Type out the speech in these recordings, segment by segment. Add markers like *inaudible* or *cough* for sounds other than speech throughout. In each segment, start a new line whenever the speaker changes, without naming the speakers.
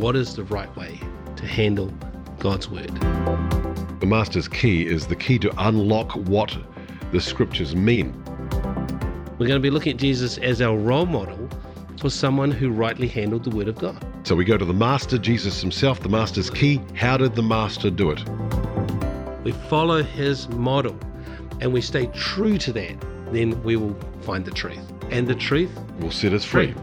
what is the right way to handle God's word?
The Master's Key is the key to unlock what the scriptures mean.
We're going to be looking at Jesus as our role model for someone who rightly handled the word of God.
So we go to the Master, Jesus himself, the Master's Key. How did the Master do it?
We follow his model and we stay true to that, then we will find the truth. And the truth
Will set us free.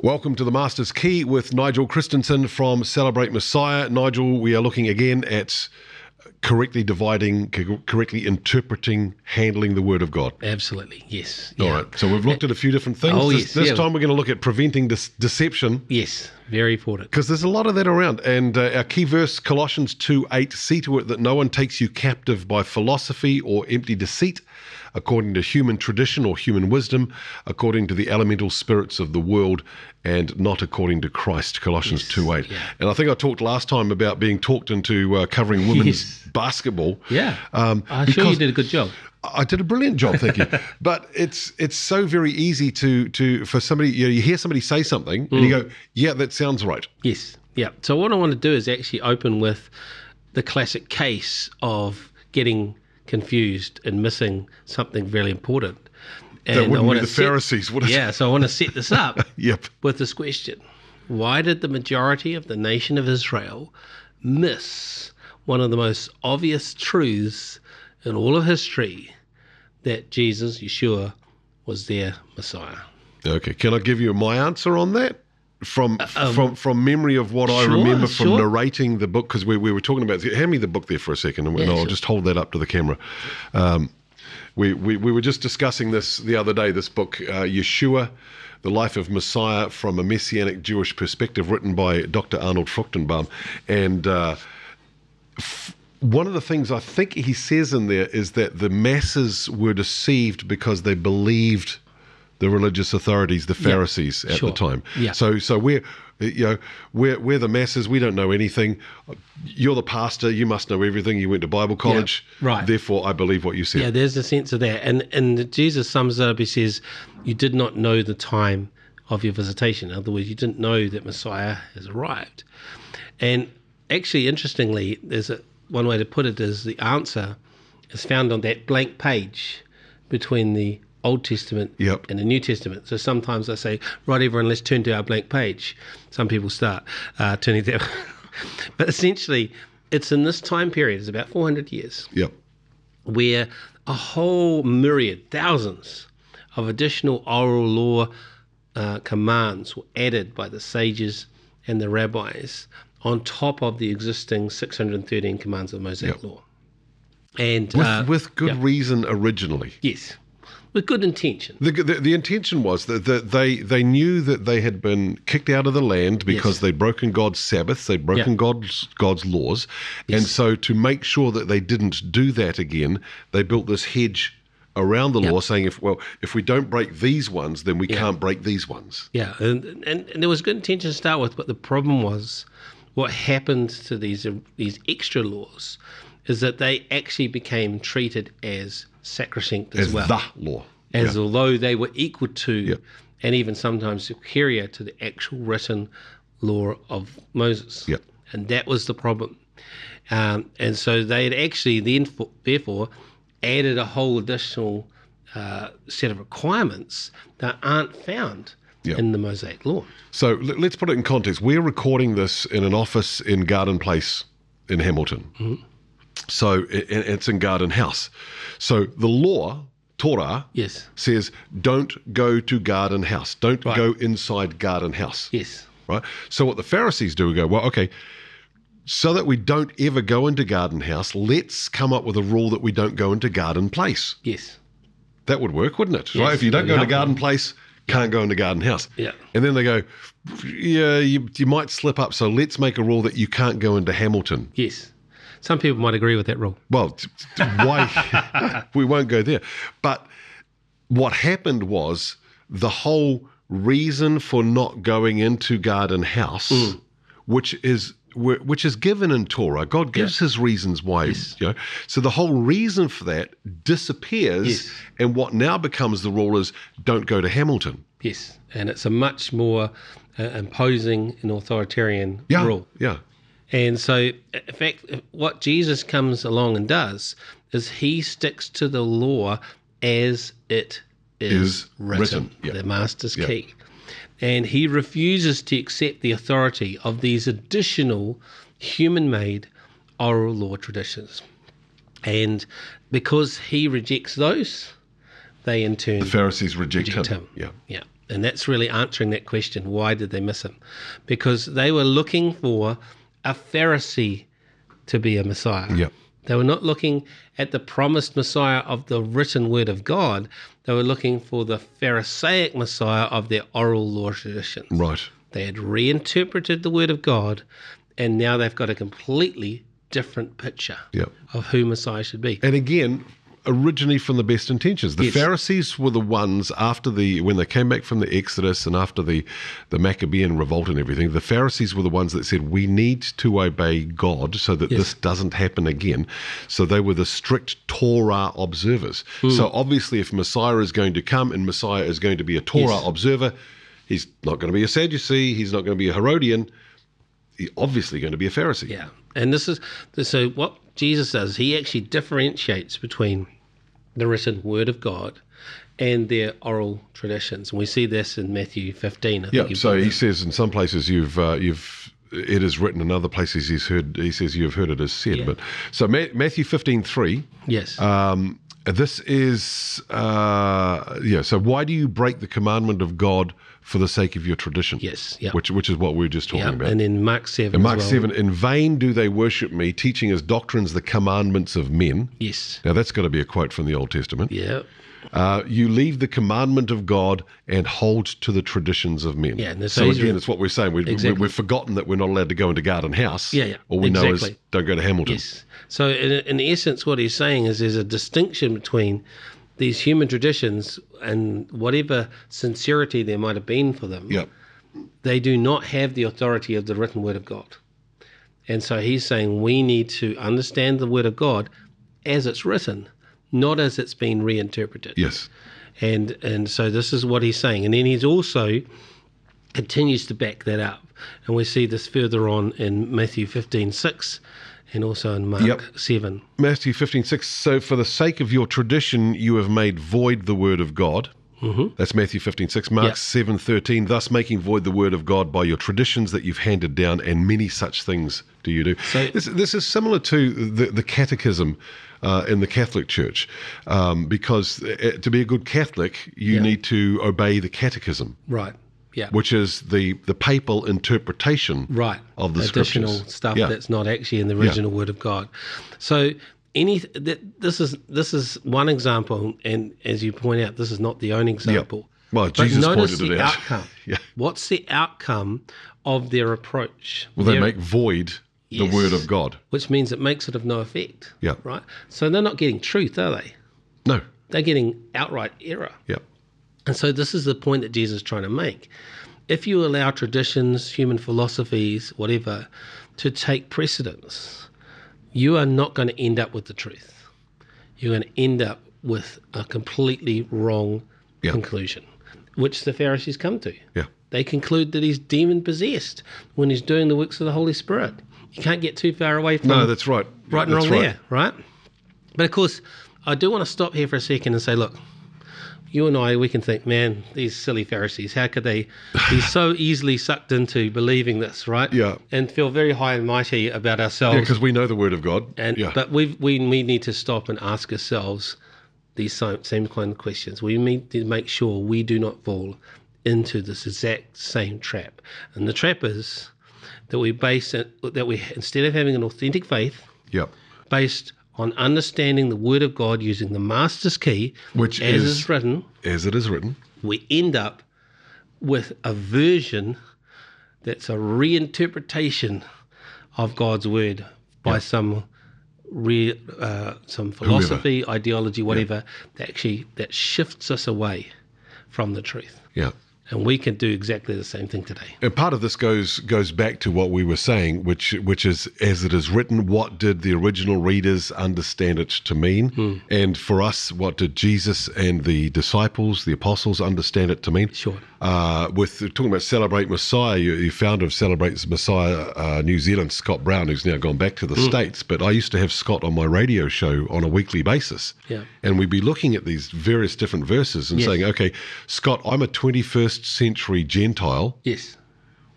Welcome to the Master's Key with Nigel Christensen from Celebrate Messiah. Nigel, we are looking again at correctly dividing, co- correctly interpreting, handling the Word of God.
Absolutely, yes.
All
yeah.
right. So we've looked at a few different things.
Oh,
this
yes,
this
yeah.
time we're going to look at preventing dis- deception
Yes, very important.
because there's a lot of that around. And uh, our key verse, Colossians 2 8, see to it that no one takes you captive by philosophy or empty deceit, according to human tradition or human wisdom, according to the elemental spirits of the world, and not according to Christ. Colossians 2 8.
yeah.
And I think I talked last time about being talked into uh, covering
*laughs*
women's
Yes.
basketball.
Yeah.
Um,
I'm sure you
because-
did a good job.
I did a brilliant job,
*laughs*
thank you. but it's it's so very easy to to for somebody you, know, you hear somebody say something and
Mm.
you go, yeah, that sounds right.
Yes. Yeah. So what I want to do is actually open with the classic case of getting confused and missing something really important. And I
wouldn't
wanna
be the Pharisees, would it?
Yeah. So I want to set this up
*laughs*
*laughs*
Yep.
with this question: Why did the majority of the nation of Israel miss one of the most obvious truths in all of history that Jesus, Yeshua, was their Messiah?
Okay. Can I give you my answer on that? From from from memory of what I
Uh, um, sure,
remember from
sure.
narrating the book because we, we were talking about hand me the book there for a second and, and I'll
sure.
just hold that up to the camera. Um, we, we we were just discussing this the other day. This book, uh, Yeshua, the life of Messiah from a messianic Jewish perspective, written by Dr. Arnold Fruchtenbaum, and. Uh, one of the things I think he says in there is that the masses were deceived because they believed the religious authorities, the Pharisees at
sure.
the time.
Yeah.
So, so we're, you know, we're, we're the masses. We don't know anything. You're the pastor. You must know everything. You went to Bible college.
right.
Therefore, I believe what you said.
Yeah, there's a sense of that. And and Jesus sums it up, he says, You did not know the time of your visitation. In other words, you didn't know that Messiah has arrived. And actually, interestingly, there's a, one way to put it is the answer is found on that blank page between the Old Testament
Yep.
and the New Testament. So sometimes I say, right, everyone, let's turn to our blank page. Some people start uh, turning *laughs* to But essentially, it's in this time period, it's about 400 years
Yep.
where a whole myriad, thousands of additional oral law uh, commands were added by the sages and the rabbis on top of the existing 613 commands of Mosaic law. And
With,
uh,
with good reason originally.
yes, with good intention.
The, the, the intention was that, that they they knew that they had been kicked out of the land because
Yes.
they'd broken God's Sabbath, they'd broken
Yeah.
God's God's laws, and so to make sure that they didn't do that again, they built this hedge around the law, saying if well if we don't break these ones, then we can't break these ones.
Yeah, and, and, and there was good intention to start with, but the problem was what happened to these these extra laws is that they actually became treated as sacrosanct as,
As
well.
the law.
as although they were equal to
Yep.
and even sometimes superior to the actual written law of Moses.
Yep.
And that was the problem. Um, and so they had actually then, fo- therefore, added a whole additional uh, set of requirements that aren't found
Yep.
in the Mosaic law.
So l- let's put it in context. We're recording this in an office in Garden Place in Hamilton. So i- i- it's in Garden House. So the law, Torah,
Yes.
says don't go to garden house don't go inside garden house
Yes.
right so what the pharisees do we go well okay so that we don't ever go into garden house let's come up with a rule that we don't go into garden place
Yes.
that would work wouldn't it right if you don't go
Yeah.
into garden place can't go into garden house
Yeah.
and then they go yeah you, you might slip up so let's make a rule that you can't go into hamilton
Yes. Some people might agree with that rule.
well, t- t- why? *laughs* we won't go there. But what happened was the whole reason for not going into Garden House, which is wh- which is given in Torah. God gives his reasons why. You know, so the whole reason for that disappears,
Yes.
and what now becomes the rule is don't go to Hamilton.
Yes, and it's a much more uh, imposing and authoritarian
Yeah,
rule.
yeah,
And so, in fact, what Jesus comes along and does is he sticks to the law as it is,
Is
written,
written, yeah.
the master's key. And he refuses to accept the authority of these additional human made oral law traditions. And because he rejects those, they in turn
the Pharisees reject,
Reject
him.
him.
Yeah,
yeah. And that's really answering that question why did they miss him? Because they were looking for a Pharisee to be a Messiah.
Yeah.
They were not looking at the promised Messiah of the written word of God. They were looking for the Pharisaic Messiah of their oral law traditions.
right.
They had reinterpreted the word of God, and now they've got a completely different picture
Yeah,
of who Messiah should be.
and again. Originally from the best intentions, the
Yes.
Pharisees were the ones after the when they came back from the Exodus and after the the Maccabean revolt and everything. The Pharisees were the ones that said we need to obey God so that this doesn't happen again. So they were the strict Torah observers.
Hmm.
So obviously, if Messiah is going to come and Messiah is going to be a Torah
Yes.
observer, he's not going to be a Sadducee, he's not going to be a Herodian. He's obviously going to be a Pharisee.
Yeah, and this is so. What Jesus does, he actually differentiates between the written Word of God and their oral traditions, and we see this in Matthew 15. I think
Yeah.
you-
So he says in some places you've uh, you've it is written in other places he's heard he says you've heard it is said. But so Ma- Matthew fifteen three.
yes,
Um, this is uh, yeah. So why do you break the commandment of God for the sake of your tradition?
Yes, yeah.
Which which is what we were just talking
yeah,
about.
and then Mark 7.
in Mark
as well.
seven, in vain do they worship me, teaching as doctrines the commandments of men.
Yes.
Now that's got to be a quote from the Old Testament.
Yeah.
Uh, you leave the commandment of God and hold to the traditions of men.
Yeah, and this-
so
these
again,
are-
it's what we're saying. We, we-
Exactly.
We've forgotten that we're not allowed to go into Garden House.
Yeah, yeah,
All we know is
exactly.
don't go to Hamilton.
Yes. So, in, in essence, what he's saying is there's a distinction between these human traditions and whatever sincerity there might have been for them.
Yeah,
they do not have the authority of the written word of God. And so he's saying we need to understand the word of God as it's written, not as it's been reinterpreted.
yes,
And and so this is what he's saying. And then he's also continues to back that up. And we see this further on in Matthew fifteen six, and also in Mark
Yep.
7.
Matthew fifteen six. So for the sake of your tradition, you have made void the word of God. Mm-hmm. That's Matthew fifteen six. Mark
Yeah.
seven thirteen. Thus making void the word of God by your traditions that you've handed down, and many such things do you do.
So-
this, this is similar to the, the catechism uh, in the Catholic Church, um, because uh, to be a good Catholic, you need to obey the catechism,
Right. Yeah.
which is the, the papal interpretation
right
of the
additional
scriptures.
stuff
Yeah.
that's not actually in the original word of god so any th- this is this is one example and as you point out this is not the only example
Well,
But
Jesus
notice
pointed
the
*laughs* it out.
outcome.
Yeah.
what's the outcome of their approach
Well, they
Their-
make void the
Yes.
word of God.
which means it makes it of no effect
Yeah.
right so they're not getting truth are they
No.
they're getting outright error
Yeah.
and so this is the point that Jesus is trying to make. If you allow traditions, human philosophies, whatever, to take precedence, you are not going to end up with the truth. You're going to end up with a completely wrong
Yeah.
conclusion, which the Pharisees come to.
Yeah.
They conclude that he's demon possessed when he's doing the works of the Holy Spirit. You can't get too far away from
No, that's right.
right and
that's
wrong there, right? But of course, I do want to stop here for a second and say, look, you and I, we can think, man, these silly Pharisees, how could they
*laughs*
be so easily sucked into believing this, right?
Yeah.
And feel very high and mighty about
Yeah,
ourselves.
because we know the word of God.
and
yeah.
but we've, we we need to stop and ask ourselves these same, same kind of questions. We need to make sure we do not fall into this exact same trap. And the trap is that we base it, that we instead of having an authentic faith
yeah.
based on understanding the Word of God using the Master's Key,
Which
as
is-
is written,
As it is written.
we end up with a version that's a reinterpretation of God's Word by some re, uh, some philosophy, ideology, whatever that actually that shifts us away from the truth.
Yeah.
And we can do exactly the same thing today.
And part of this goes goes back to what we were saying, which which is as it is written, what did the original readers understand it to mean?
Hmm.
And for us, what did Jesus and the disciples, the apostles, understand it to mean?
Sure.
Uh, with talking about Celebrate Messiah, you, you founder of Celebrate Messiah uh, New Zealand, Scott Brown, who's now gone back to the
Hmm.
States, but I used to have Scott on my radio show on a weekly basis.
Yeah.
And we'd be looking at these various different verses and
Yes.
saying, okay, Scott, I'm a 21st century Gentile
Yes.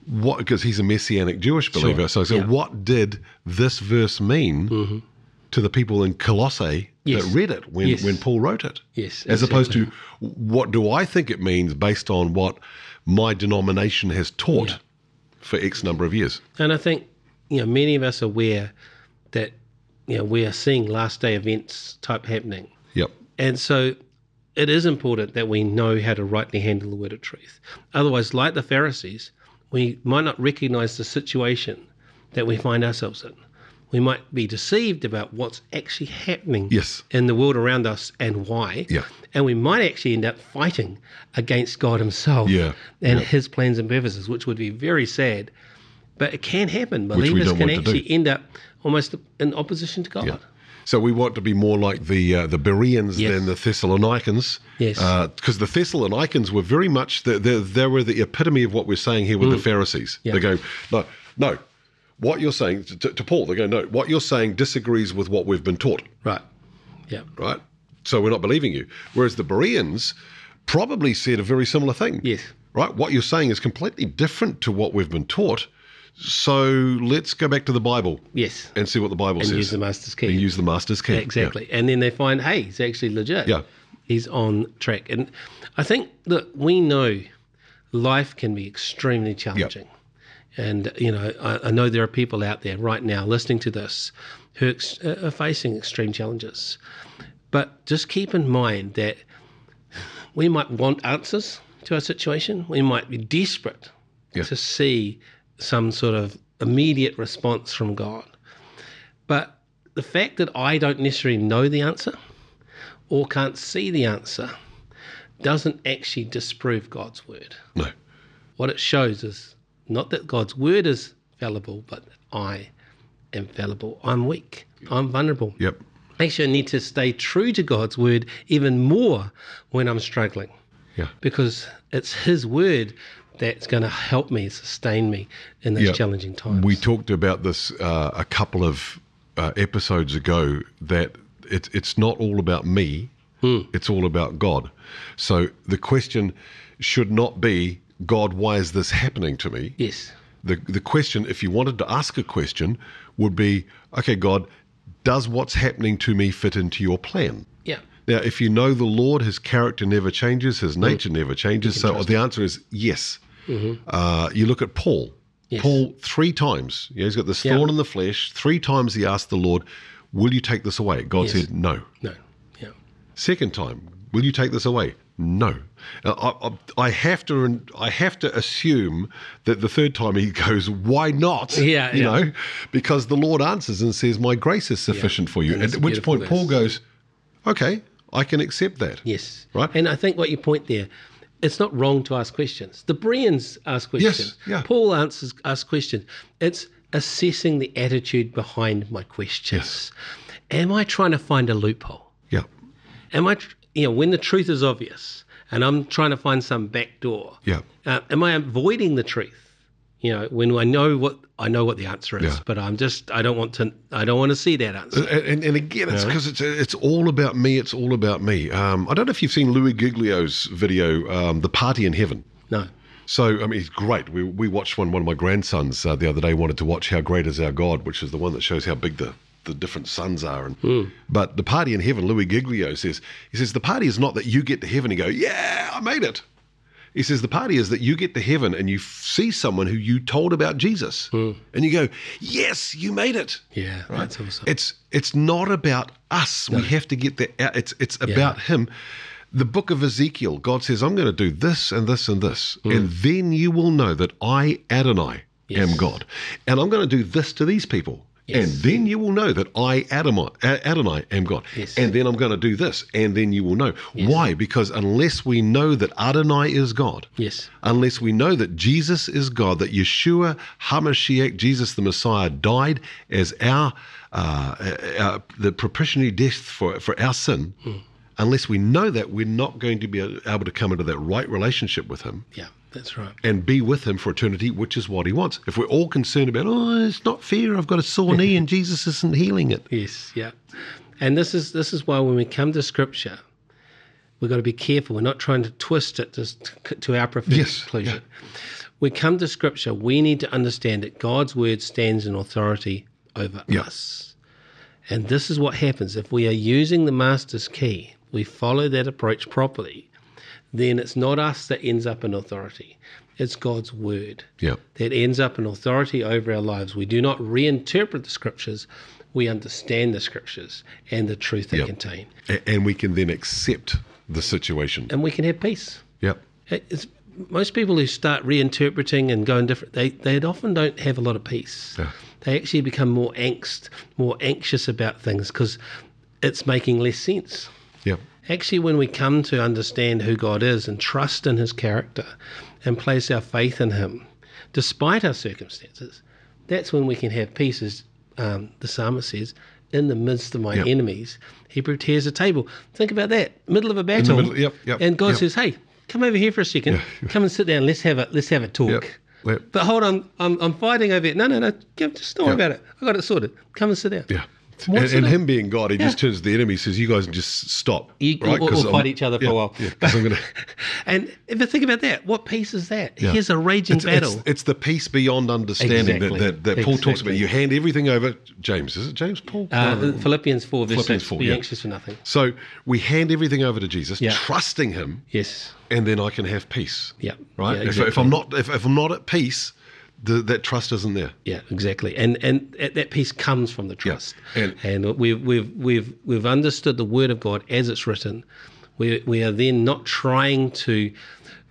what because he's a messianic Jewish believer. So, so
yeah. Mm-hmm.
what did this verse mean to the people in Colossae
Yes.
that read it when,
Yes.
when Paul wrote it?
Yes,
as opposed to what do I think it means based on what my denomination has taught for X number of years.
And I think, you know, many of us are aware that, you know, we are seeing last day events type happening.
Yep.
And so it is important that we know how to rightly handle the word of truth. Otherwise, like the Pharisees, we might not recognize the situation that we find ourselves in. We might be deceived about what's actually happening
Yes.
in the world around us and why.
Yeah.
And we might actually end up fighting against God Himself
Yeah.
and His plans and purposes, which would be very sad. But it can happen.
we
Believers
don't
can
want to do.
actually end up almost in opposition to God.
Yeah. So we want to be more like the uh, the Bereans
Yes.
than the Thessalonians.
Yes.
Because the Thessalonians were very much the, the they were the epitome of what we're saying here with the Pharisees.
Mm. Yeah.
They're going no no. What you're saying to, to Paul, they go no. What you're saying disagrees with what we've been taught
Right. Yeah.
right? So we're not believing you. Whereas the Bereans probably said a very similar thing.
Yes.
Right? What you're saying is completely different to what we've been taught. So let's go back to the Bible
Yes.
and see what the Bible
and
says.
use the master's key.
and use the master's key.
exactly. And then they find, hey, he's actually legit.
Yeah.
He's on track. And I think that we know life can be extremely challenging. And, you know, I, I know there are people out there right now listening to this who ex- uh, are facing extreme challenges. But just keep in mind that we might want answers to our situation. We might be desperate
Yeah.
to see some sort of immediate response from God. But the fact that I don't necessarily know the answer or can't see the answer doesn't actually disprove God's word.
Yeah. No.
What it shows is not that God's word is fallible, but that I am fallible. I'm weak. I'm vulnerable.
Yep.
Actually, I need to stay true to God's word even more when I'm struggling
Yeah.
because it's His word that's going to help me, sustain me in those
Yeah.
challenging times.
We talked about this uh, a couple of uh, episodes ago that it, it's not all about me, it's all about God. So the question should not be, God, why is this happening to me?
yes.
the the question, if you wanted to ask a question, would be, okay, God, does what's happening to me fit into your plan?
Yeah.
Now, if you know the Lord, His character never changes, His
Mm.
nature never changes. So the answer is yes. Uh, you look at Paul.
Mm-hmm. Yes.
Paul three times. Yeah, he's got this thorn in the flesh. Three times he asked the Lord, "Will you take this away?" God
Yes.
said, "No."
No. Yeah.
Second time, will you take this away? No. Uh, I, I, I have to. I have to assume that the third time he *laughs* goes, why not?
Yeah,
you
yeah.
know, because the Lord answers and says, "My grace is sufficient for you."
And
At
that's
which
beautiful
point Paul
verse.
goes, "Okay, I can accept that."
Yes.
Right?
And I think what you point there, it's not wrong to ask questions. The Bereans ask questions.
yeah.
Paul answers asks questions. It's assessing the attitude behind my questions. Am I trying to find a loophole?
Yeah.
Am I, tr- you know, when the truth is obvious and I'm trying to find some back door?
Yeah.
Uh, am I avoiding the truth? You know, when I know what I know what the answer is,
Yeah. Uh,
but I'm just I don't want to I don't want to see that answer.
And, and, and again, it's because it's it's all about me. It's all about me. Um, I don't know if you've seen Louis Giglio's video, um, "The Party in Heaven."
No.
So I mean, it's great. We we watched one. One of my grandsons uh, the other day wanted to watch "How Great Is Our God," which is the one that shows how big the the different suns are. And but the party in heaven, Louis Giglio says, he says the party is not that you get to heaven and go, yeah, I made it. He says the party is that you get to heaven and you f- see someone who you told about Jesus, and you go, yes, you made it.
Yeah, that's awesome.
It's it's not about us. We have to get that out. It's it's about him. The book of Ezekiel, God says, I'm going to do this and this and this,
Hmm.
and then you will know that I, Adonai, am God. And I'm going to do this to these people.
Yes.
And then you will know that I, Adonai, A- Adonai am God.
Yes.
And then I'm going to do this. And then you will know. Why? Because unless we know that Adonai is God,
Yes.
unless we know that Jesus is God, that Yeshua HaMashiach, Jesus the Messiah, died as our, uh, uh, uh, the propitiatory death for, for our sin, unless we know that, we're not going to be able to come into that right relationship with Him
Yeah, that's right.
and be with him for eternity, which is what he wants. If we're all concerned about, oh, it's not fair, I've got a sore knee and Jesus isn't healing it.
Yes, yeah. And this is this is why when we come to scripture, we've got to be careful. We're not trying to twist it just to, to our perfect
Yes,
conclusion. We come to scripture, we need to understand that God's word stands in authority over
Yeah.
us. And this is what happens if we are using the master's key, we follow that approach properly, then it's not us that ends up in authority. It's God's word
Yeah.
that ends up in authority over our lives. We do not reinterpret the scriptures, we understand the scriptures and the truth they
Yep.
contain.
A- and we can then accept the situation.
And we can have peace.
Yep.
It- It's, most people who start reinterpreting and going different, they, they often don't have a lot of peace.
Yeah.
They actually become more angst, more anxious about things because it's making less sense.
Yep.
Actually, when we come to understand who God is and trust in his character and place our faith in him, despite our circumstances, that's when we can have peace, as um, the psalmist says, in the midst of my
Yep.
enemies. He prepares a table. Think about that. Middle of a battle.
middle- yep, yep,
and God
yep.
says, Hey, come over here for a second. Come and sit down. Let's have a let's have a talk.
Yep. Yep.
But hold on, I'm, I'm fighting over it. No, no, no. Give- Just don't worry
Yep.
about it. I got it sorted. Come and sit down.
Yeah. And,
What's
and
it-
him being God, he just
Yeah.
turns to the enemy, says, "You guys just stop,
You,
right?
Or,
'Cause
or
I'm-
E- fight each other for
yeah,
a while.
yeah,
*laughs*
'cause I'm gonna-
and if you think about that, what peace is that?
yeah.
Here's a raging
It's-
battle.
It's, it's the peace beyond understanding
Exactly.
that, that, that Paul talks about.
Exactly.
You hand everything over. James, is it James? Paul?
uh,
No.
Philippians 4, verse
Philippians
6,
4,
be
yeah.
anxious for nothing.
So we hand everything over to Jesus,
Yeah.
trusting Him.
Yes.
and then I can have peace.
Yeah.
Right.
Yeah,
If- if,
exactly.
I'm not if, if I'm not at peace, the, that trust isn't there.
Yeah, exactly. And and that that peace comes from the trust.
And-
and we've we've we've we've understood the word of God as it's written. We we are then not trying to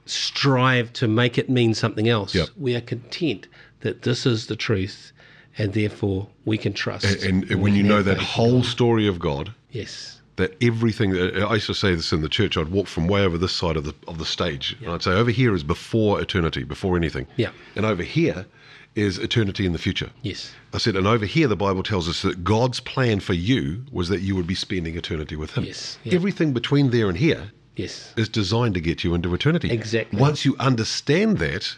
strive to make it mean something else.
Yep.
We are content that this is the truth, and therefore we can trust.
And, and when you know that whole story of God,
yes,
that everything I used to say this in the church, I'd walk from way over this side of the of the stage, and I'd say over here is before eternity, before anything.
Yeah.
And over here is eternity in the future.
yes,
I said, and over here, the Bible tells us that God's plan for you was that you would be spending eternity with Him.
Yes, yeah.
Everything between there and here
yes.
is designed to get you into eternity.
Exactly.
Once you understand that,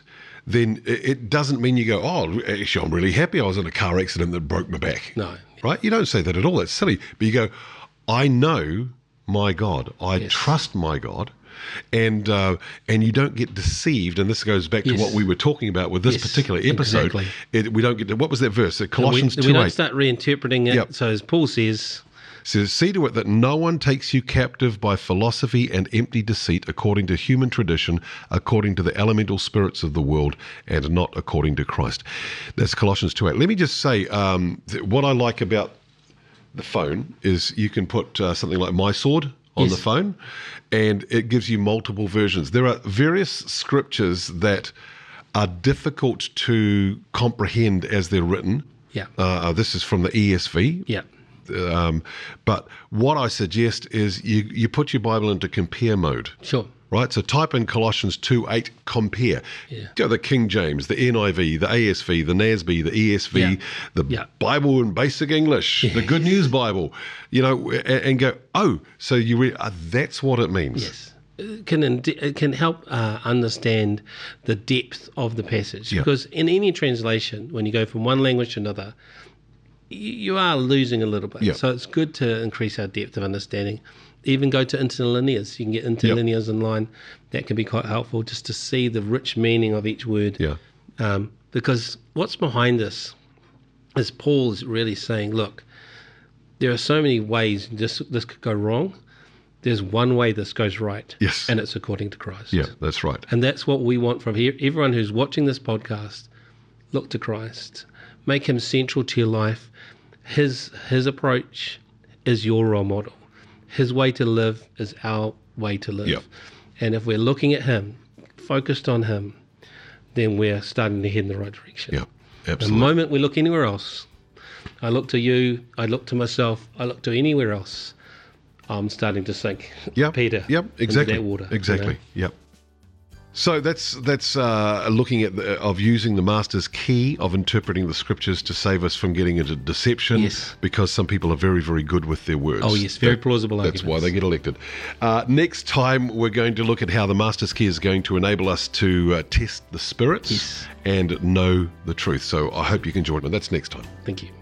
then it it doesn't mean you go, oh, actually, I'm really happy I was in a car accident that broke my back.
No.
Right? You don't say that at all. That's silly. But you go, I know my God. I trust my God. And uh, and you don't get deceived, and this goes back to
Yes.
what we were talking about with this
Yes,
particular episode.
exactly.
It, we don't get to, what was that verse? Uh,
we,
Colossians
we
two
don't
eight
start reinterpreting it.
Yep.
So as Paul says,
says, See to it that no one takes you captive by philosophy and empty deceit according to human tradition, according to the elemental spirits of the world, and not according to Christ. That's Colossians 2 8. Let me just say um, th- what I like about the phone is you can put uh, something like My Sword on
Yes.
the phone, and it gives you multiple versions. There are various scriptures that are difficult to comprehend as they're written.
yeah,
Uh, this is from the ESV,
yeah,
um, but what I suggest is you, you put your Bible into compare mode,
sure,
right? So type in Colossians 2 8, compare.
Yeah.
You know, the King James, the NIV, the ASV, the NASB, the ESV,
Yeah.
the
Yeah.
Bible in
*laughs*
Basic English, the Good News Bible, you know, and, and go, oh, so you re- uh, that's what it means.
yes. It Uh, can ind- it can help uh, understand the depth of the passage
Yeah.
because in any translation, when you go from one language to another, y- you are losing a little bit.
Yeah.
So it's good to increase our depth of understanding. Even go to interlinears. You can get interlinears in line. That can be quite helpful just to see the rich meaning of each word.
Yeah.
um, because what's behind this is Paul's really saying, look, there are so many ways this this could go wrong. There's one way this goes right,
Yes.
and it's according to Christ.
Yeah, that's right.
And that's what we want from here. Everyone who's watching this podcast, look to Christ. Make him central to your life. His his approach is your role model. His way to live is our way to live.
Yep.
And if we're looking at him, focused on him, then we're starting to head in the right direction.
Yeah,
The
absolutely.
moment we look anywhere else, I look to you, I look to myself, I look to anywhere else. I'm starting to sink,
Yep.
Peter.
Yep.
into
Exactly.
that water, you know?
exactly. Yep. So that's that's uh, looking at the, of using the master's key of interpreting the scriptures to save us from getting into deception.
Yes.
Because some people are very very good with their words.
Oh yes, very
That-
plausible.
That's why
arguments.
they get elected. Uh, next time, we're going to look at how the master's key is going to enable us to uh, test the spirits
Yes.
and know the truth. So I hope you can join me. That's next time.
Thank you.